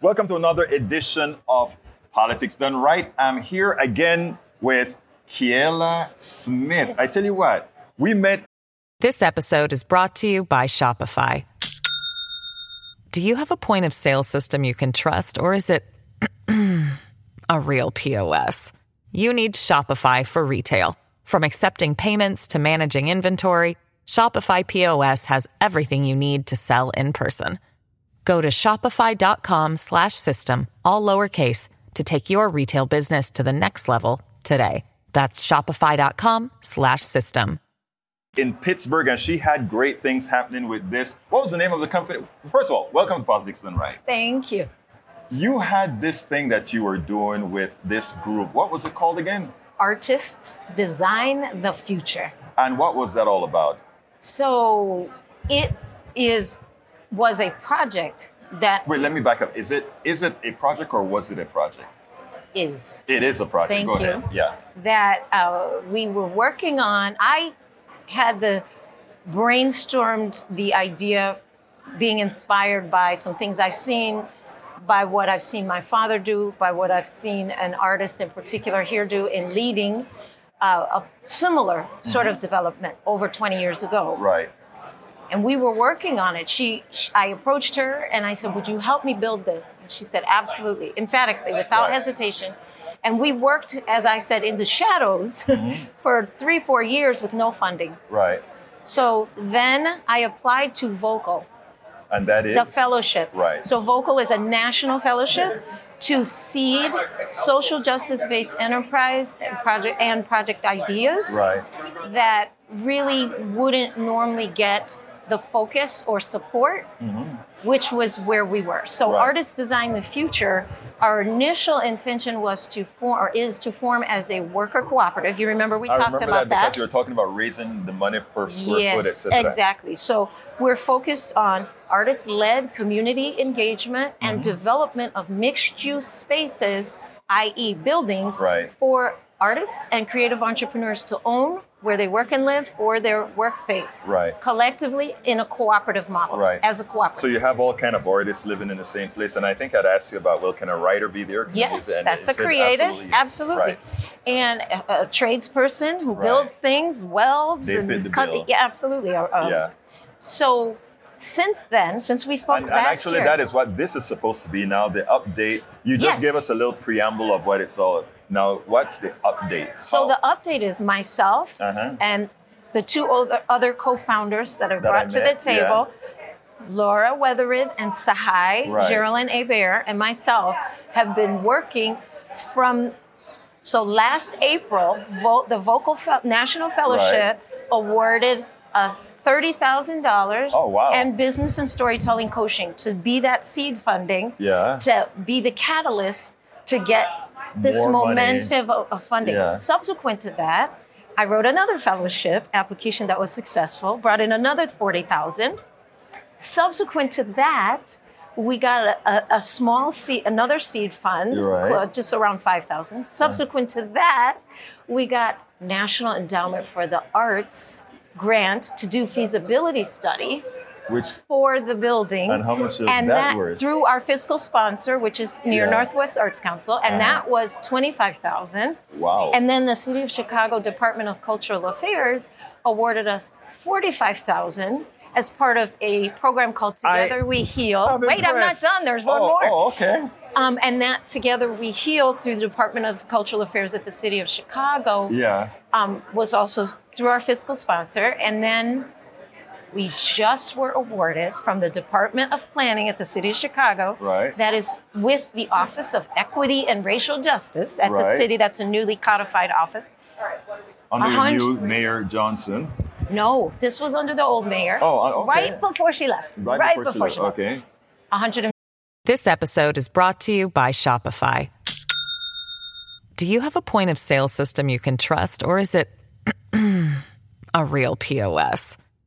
Welcome to another edition of Politics Done Right. I'm here again with Kiela Smith. I tell you what, we met. This episode is brought to you by Shopify. Do you have a point of sale system you can trust, or is it a real POS? You need Shopify for retail. From accepting payments to managing inventory, Shopify POS has everything you need to sell in person. Go to shopify.com slash system, all lowercase, to take your retail business to the next level today. That's shopify.com slash system. in Pittsburgh, and she had great things happening with this. What was the name of the company? First of all, welcome to Politics Done Right. Thank you. You had this thing that you were doing with this group. What was it called again? Artists design the future. And what was that all about? So it is was a project that Wait, let me back up. Is it is it a project or was it a project? is It is a project. Thank Go you. ahead. Yeah. that uh, we were working on. I had the brainstormed the idea, being inspired by some things I've seen, by what I've seen my father do, by what I've seen an artist in particular here do in leading uh, a similar sort of development over 20 years ago. Right. and we were working on it. She, sh I approached her and I said, "Would you help me build this?" And she said, "Absolutely, emphatically, without Right. hesitation." And we worked, as I said, in the shadows Mm-hmm. for three, four years with no funding. Right. So then I applied to Vocal, And that is the fellowship. Right. So Vocal is a national fellowship to seed social justice-based enterprise and project and project ideas Right. that really wouldn't normally get the focus or support, which was where we were. So, Mm-hmm. Right. Artists Design the Future, our initial intention was to form, or is to form as a worker cooperative. You remember we I talked remember about that because you were talking about raising the money per square foot, yes, etc. exactly. So, we're focused on artist led community engagement and Mm-hmm. development of mixed use spaces, i.e., buildings, Right. for artists and creative entrepreneurs to own where they work and live or their workspace Right. collectively in a cooperative model Right. as a cooperative So you have all kind of artists living in the same place, and I think I'd asked you about, well, can a writer be there? Can yes it- and that's it a said creative yes. absolutely, Right. and a, a tradesperson who Right. builds things welds They and fit the bill. yeah absolutely Uh, um, Yeah. so since then since we spoke And, and last actually, year, that is what this is supposed to be now. The update. You just Yes. gave us a little preamble of what it's all. Now, what's the update? so How- the update is myself Uh-huh. and the two other, other co-founders that are That I brought to the met, yeah. table Laura Weatherid and Sahai Right. Geraldine Hebert and myself have been working from so last April, Vo- the Vocal Fe- National Fellowship awarded uh, thirty thousand dollars Oh, wow. and business and storytelling coaching to be that seed funding Yeah. to be the catalyst to get this More money. momentum of, of funding. Yeah. Subsequent to that, I wrote another fellowship application that was successful, brought in another 40,000. Subsequent to that, we got a, a, a small seed, another seed fund, You're right. clo- just around 5,000. Subsequent to that, we got National Endowment for the Arts grant to do feasibility study Which for the building. And how much is And that worth? through our fiscal sponsor, which is near Yeah. Uh-huh. Northwest Arts Council, and that was twenty-five thousand. wow. And then the City of Chicago Department of Cultural Affairs awarded us forty-five thousand as part of a program called I- Together We Heal. I'm Oh, Wait, I'm not impressed. done. There's one oh, more. Oh, okay. Um, and that Together We Heal through the Department of Cultural Affairs at the City of Chicago Yeah. um, was also through our fiscal sponsor. And then we just were awarded from the Department of Planning at the City of Chicago. Right. That is with the Office of Equity and Racial Justice at Right. the city. That's a newly codified office. Under hundred- you, Mayor Johnson. No, this was under the old mayor. Oh, uh, okay. Right before she left. Right, before, she left. Okay. 100 This episode is brought to you by Shopify. Do you have a point of sale system you can trust, or is it a real POS?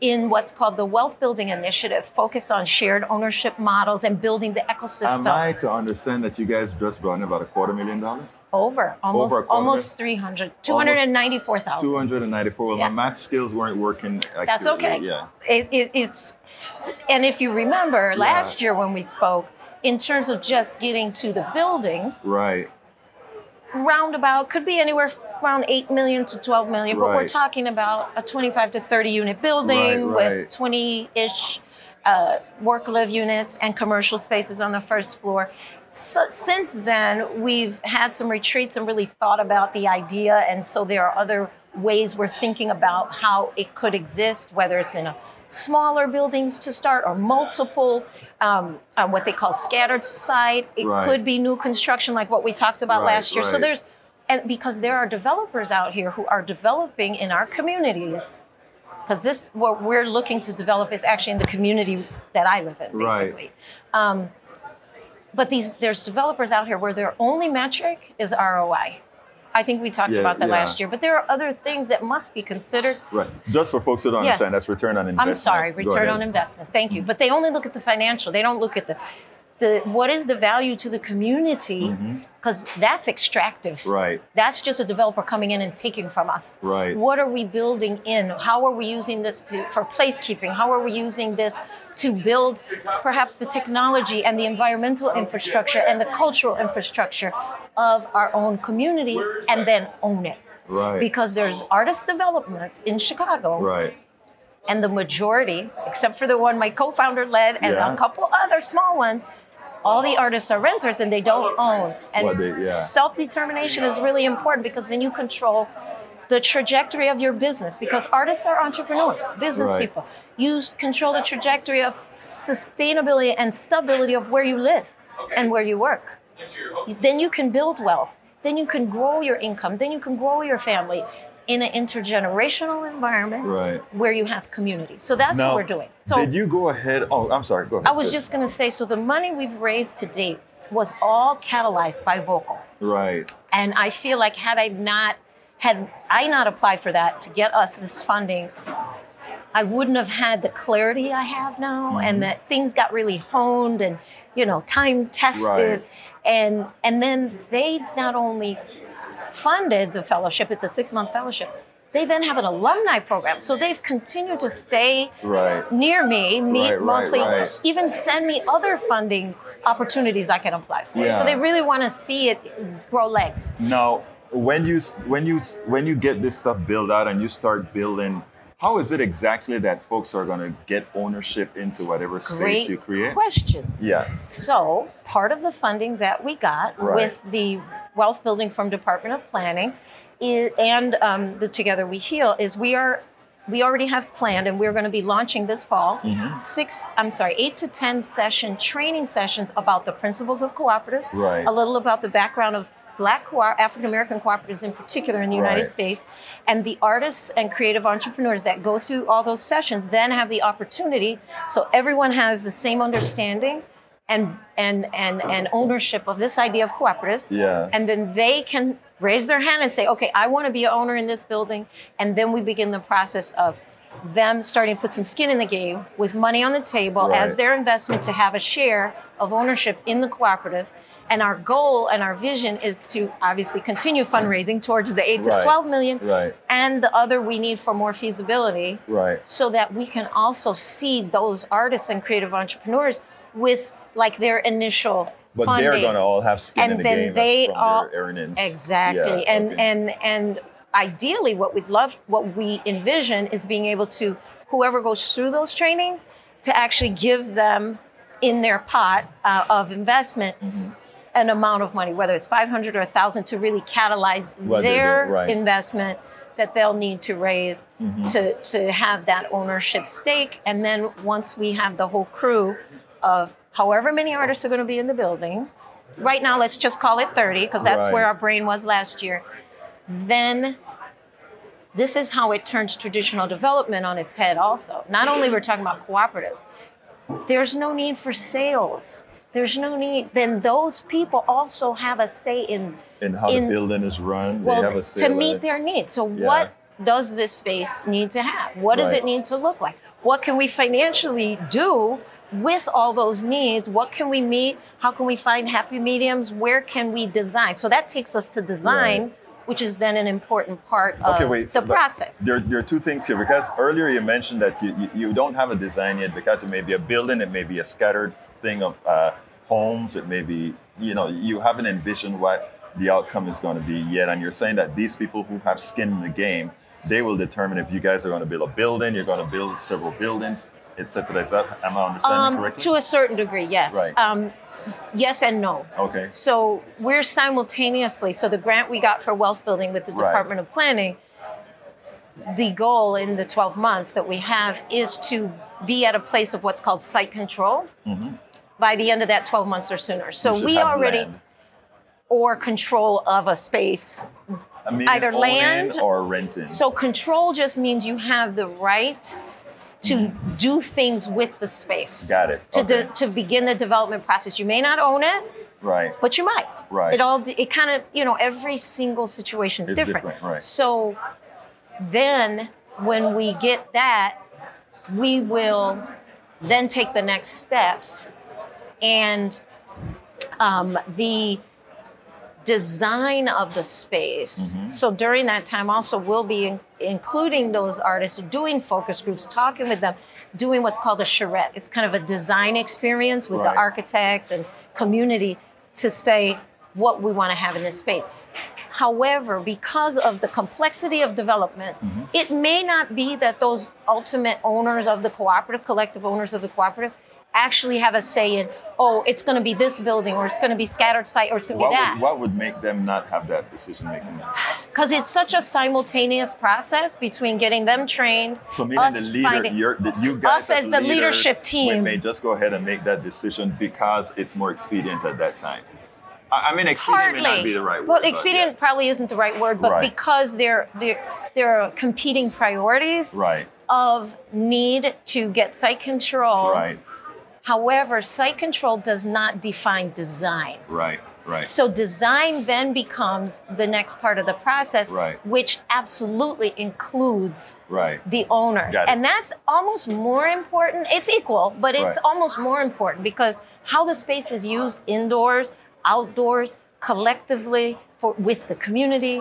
in what's called the Wealth Building Initiative, focused on shared ownership models and building the Am ecosystem I to understand that you guys just brought in about a quarter million dollars? over almost Over a quarter. almost 300 294,000. 294. Well, Yeah. my math skills weren't working. Accurately. That's okay. Yeah. It, it, it's, and if you remember last year when we spoke, in terms of just getting to the building, Right. roundabout could be anywhere around 8 million to 12 million, but we're Right. talking about a 25 to 30 unit building Right, with right. 20 ish uh, work live units and commercial spaces on the first floor. So, since then, we've had some retreats and really thought about the idea, and so there are other ways we're thinking about how it could exist, whether it's in a smaller buildings to start or multiple um, uh, what they call scattered site it Right. could be new construction like what we talked about Right, last year so right. there's and because there are developers out here who are developing in our communities because this what we're looking to develop is actually in the community that i live in Right. basically um, but these there's developers out here where their only metric is roi i think we talked Yeah, about that yeah. last year but there are other things that must be considered Right. Just for folks who don't Yeah. understand, that's return on investment. I'm sorry, Go return ahead. on investment. Thank you. But they only look at the financial. They don't look at the the what is the value to the community because that's extractive. Mm-hmm. Right. That's just a developer coming in and taking from us. Right. What are we building in? How are we using this to for placekeeping? How are we using this to build perhaps the technology and the environmental infrastructure and the cultural infrastructure of our own communities and then own it? Right. Because there's artist developments in Chicago Right. and the majority, except for the one my co-founder led and Yeah. a couple other small ones, all the artists are renters and they don't own. And Well, they- yeah. self-determination is really important because then you control the trajectory of your business because artists are entrepreneurs, business Right. people. You s- control the trajectory of sustainability and stability of where you live and where you work then you can build wealth then you can grow your income then you can grow your family in an intergenerational environment Right. where you have community so that's Now, what we're doing so did you go ahead? Oh, I'm sorry. Go ahead. i was just going to say so the money we've raised to date was all catalyzed by vocal Right. and i feel like had i not had i not applied for that to get us this funding i wouldn't have had the clarity i have now Mm-hmm. and that things got really honed and you know time tested Right. and and then they not only funded the fellowship it's a six month fellowship they then have an alumni program so they've continued to stay Right. near me meet Right, right, monthly right. even send me other funding opportunities i can apply for Yeah. so they really want to see it grow legs Now, when you when you when you get this stuff built out and you start building, how is it exactly that folks are going to get ownership into whatever space Great you create? question. Yeah. So, part of the funding that we got Right. with the wealth building from Department of Planning is, and um, the Together We Heal is we are we already have planned and we're going to be launching this fall Mm-hmm. six i'm sorry eight to ten session training sessions about the principles of cooperatives Right. a little about the background of black co- african american cooperatives in particular in the united Right. states States. And the artists and creative entrepreneurs that go through all those sessions then have the opportunity, so everyone has the same understanding and and and and ownership of this idea of cooperatives. Yeah. And then they can raise their hand and say, okay, I want to be an owner in this building. And then we begin the process of them starting to put some skin in the game with money on the table Right. as their investment to have a share of ownership in the cooperative. And our goal and our vision is to obviously continue fundraising towards the eight to Right. 12 million Right. and the other we need for more feasibility Right. so that we can also see those artists and creative entrepreneurs with like their initial But funding. they're going to all have skin And in the then game as they from all- their earnings. Exactly. Yeah, and okay. and and ideally what we'd love what we envision is being able to whoever goes through those trainings to actually give them in their pot uh, of investment Mm-hmm. an amount of money whether it's 500 or 1000 to really catalyze What they do, their right. Mm-hmm. investment that they'll need to raise to to have that ownership stake and then once we have the whole crew of however many artists are going to be in the building right now let's just call it 30 because that's Right. where our brain was last year then this is how it turns traditional development on its head also not only we're talking about cooperatives there's no need for sales there's no need then those people also have a say in And how in- the building is run, well they have a say. to about meet it. their needs so Yeah. what does this space need to have? What does Right. it need to look like? What can we financially do with all those needs? What can we meet? How can we find happy mediums? Where can we design? So that takes us to design, Right. which is then an important part of Okay, wait. the but process. There, there are two things here because earlier you mentioned that you, you, you don't have a design yet because it may be a building, it may be a scattered thing of uh, homes, it may be, you know, you haven't envisioned what the outcome is going to be yet. And you're saying that these people who have skin in the game, they will determine if you guys are going to build a building, you're going to build several buildings, et cetera. Is that, am I understanding Um, correctly? to a certain degree, yes. Right. Oh, Um, yes and no. okay. So we're simultaneously, so the grant we got for wealth building with the Right. Department of Planning, the goal in the 12 months that we have is to be at a place of what's called site control Mm-hmm. by the end of that 12 months or sooner. So You should we have already, land. or control of a space. I mean, either owning land- or renting. So control just means you have the right to do things with the space. Mm-hmm. Got it. To, Okay. de- to begin the development process. You may not own it, right. but you might. Right. It all it kind of you know every single situation is It's different. different, right. So then when we get that, we will then take the next steps, and um, the design of the space. So during that time, also we'll be in- including those artists, doing focus groups, talking with them, doing what's called a charrette. It's kind of a design experience with Right. the architect and community to say what we want to have in this space. However, because of the complexity of development, Mm-hmm. it may not be that those ultimate owners of the cooperative, collective owners of the cooperative, actually have a say in, oh, it's going to be this building or it's going to be scattered site or it's going to What be that would, what would make them not have that decision making? because it's such a simultaneous process between getting them trained, So meaning us the leader, finding you're, that you guys us as the leaders, leadership we team. may just go ahead and make that decision because it's more expedient at that time. I, I mean, expedient partly. may not be the right word. well, but expedient probably isn't the right word, but Right. because there there there are competing priorities yeah. Right, of need to get site control. right, However, site control does not define design. right, right. So design then becomes the next part of the process, Right. which absolutely includes Right. the owners. Got it. And that's almost more important. It's equal, but it's Right. almost more important because how the space is used indoors, outdoors, collectively for with the community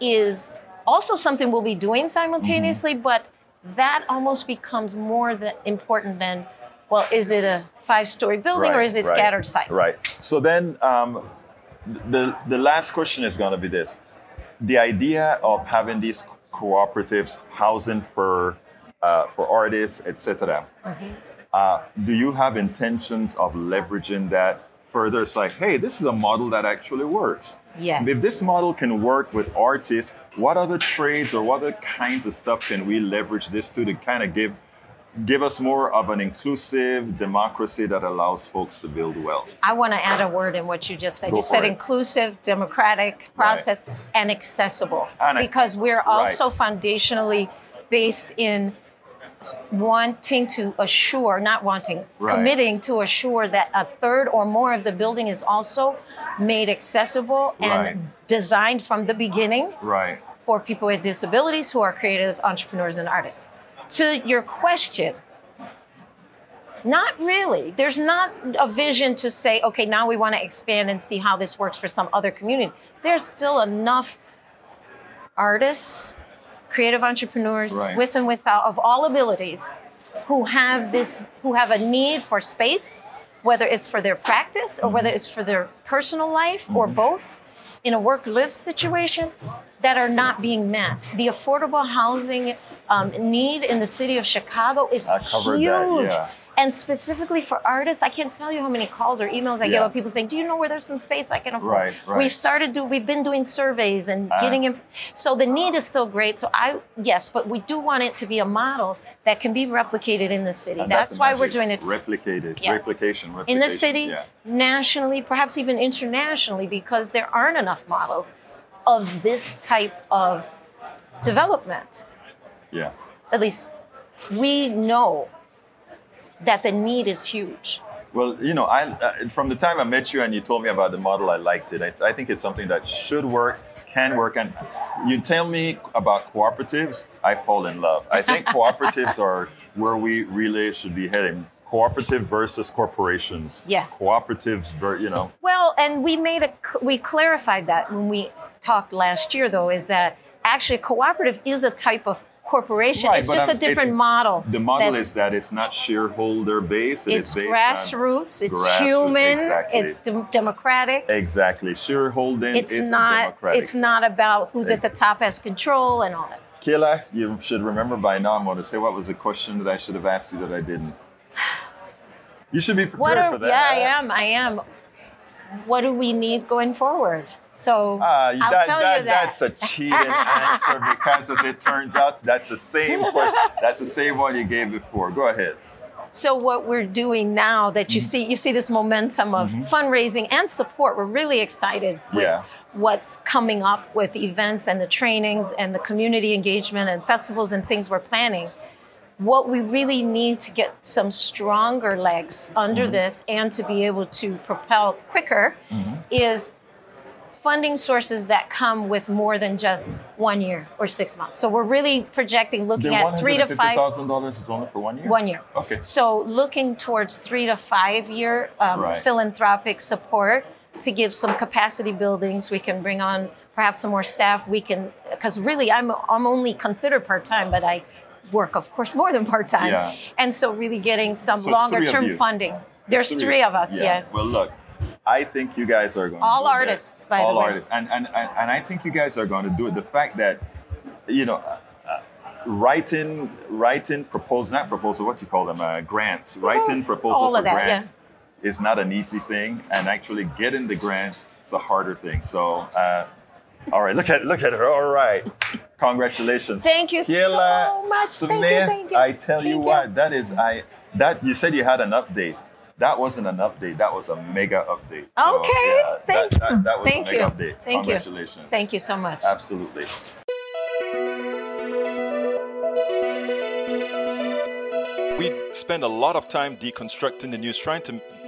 is also something we'll be doing simultaneously, Mm-hmm. but that almost becomes more than important than well, is it a five-story building or Right, is it right, scattered site? Right. So then um, the, the last question is going to be this. The idea of having these cooperatives housing for, uh, for artists, etc. Mm-hmm. Uh, do you have intentions of leveraging that further? It's like, hey, this is a model that actually works. Yes. If this model can work with artists, what other trades or what other kinds of stuff can we leverage this to to kind of give give us more of an inclusive democracy that allows folks to build wealth? I want to add a word in what you just said. Go you said for it. inclusive, democratic process, and accessible. And ac- because we're right. also foundationally based in wanting to assure, not wanting, Right. committing to assure that a third or more of the building is also made accessible and Right. designed from the beginning Right. for people with disabilities who are creative entrepreneurs and artists. To your question, not really. There's not a vision to say, okay, now we want to expand and see how this works for some other community. There's still enough artists, creative entrepreneurs Right. with and without of all abilities who have this who have a need for space, whether it's for their practice or Mm-hmm. whether it's for their personal life or both in a work live situation that are not being met. The affordable housing um, need in the city of Chicago is I covered huge. that, yeah. And specifically for artists, I can't tell you how many calls or emails I get Yeah. of people saying, "Do you know where there's some space I can afford?" Right, right. Uh-huh. We've started do we've been doing surveys and getting in. So the need is still great. So I yes, but we do want it to be a model that can be replicated in the city. And that's the why we're magic. doing it Replicated. Yes. Replication. Replication. in the city, Yeah. nationally, perhaps even internationally, because there aren't enough models of this type of development. Yeah. At least we know that the need is huge. Well, you know, I uh, from the time I met you and you told me about the model, I liked it. I, I think it's something that should work. can work. And you tell me about cooperatives, I fall in love. I think cooperatives are where we really should be heading. Cooperative versus corporations. Yes. Cooperatives, ver- you know. Well, and we made a we clarified that when we talked last year, though, is that actually a cooperative is a type of corporation. Right, it's but just I'm- a different it's- model. The model that's- is that it's not shareholder based. It it's is based grassroots, on it's grassroots, human, Exactly. it's dem- democratic. exactly. Shareholding It's is not democratic. it's not about who's at the top has control and all that. Kayla, you should remember by now. I'm going to say what was the question that I should have asked you that I didn't. You should be prepared What are, for that. yeah, I am. I am. What do we need going forward? So Ah, I'll that, tell that, you that. That's a cheated answer because, as it turns out, that's the same question. That's the same one you gave before. Go ahead. so what we're doing now that Mm-hmm. you see you see this momentum of fundraising and support. We're really excited with Yeah. what's coming up with events and the trainings and the community engagement and festivals and things we're planning. What we really need to get some stronger legs under this and to be able to propel quicker is funding sources that come with more than just one year or six months. So we're really projecting The looking at three to five $150,000 is only for one year? one year. Okay. So looking towards three to five year um, Right. philanthropic support to give some capacity buildings. We can bring on perhaps some more staff. We can because really I'm I'm only considered part time, but I work of course more than part time. Yeah. And so really getting some So it's three longer of term you. funding. There's three, of us. Yeah. Yes. Well, look, I think you guys are going. to All do that. artists, by the All way. artists, and, and and and I think you guys are going to do it. The fact that, you know. Uh, uh, Writing, writing proposal, not proposal. What you call them? Uh, grants. Writing proposal all for of that, yeah. grants is not an easy thing, and actually getting the grants is a harder thing. So, uh, all right, look at look at her. All right, congratulations. Thank you so Kayla much. Smith, Thank you, thank you. I tell you Thank what, that is I that you said you had an update. That wasn't an update. That was a mega update. Okay, yeah, thank that, that, that was Thank a mega you. update. Thank you. Congratulations. Thank you so much. Absolutely. We spend a lot of time deconstructing the news, trying to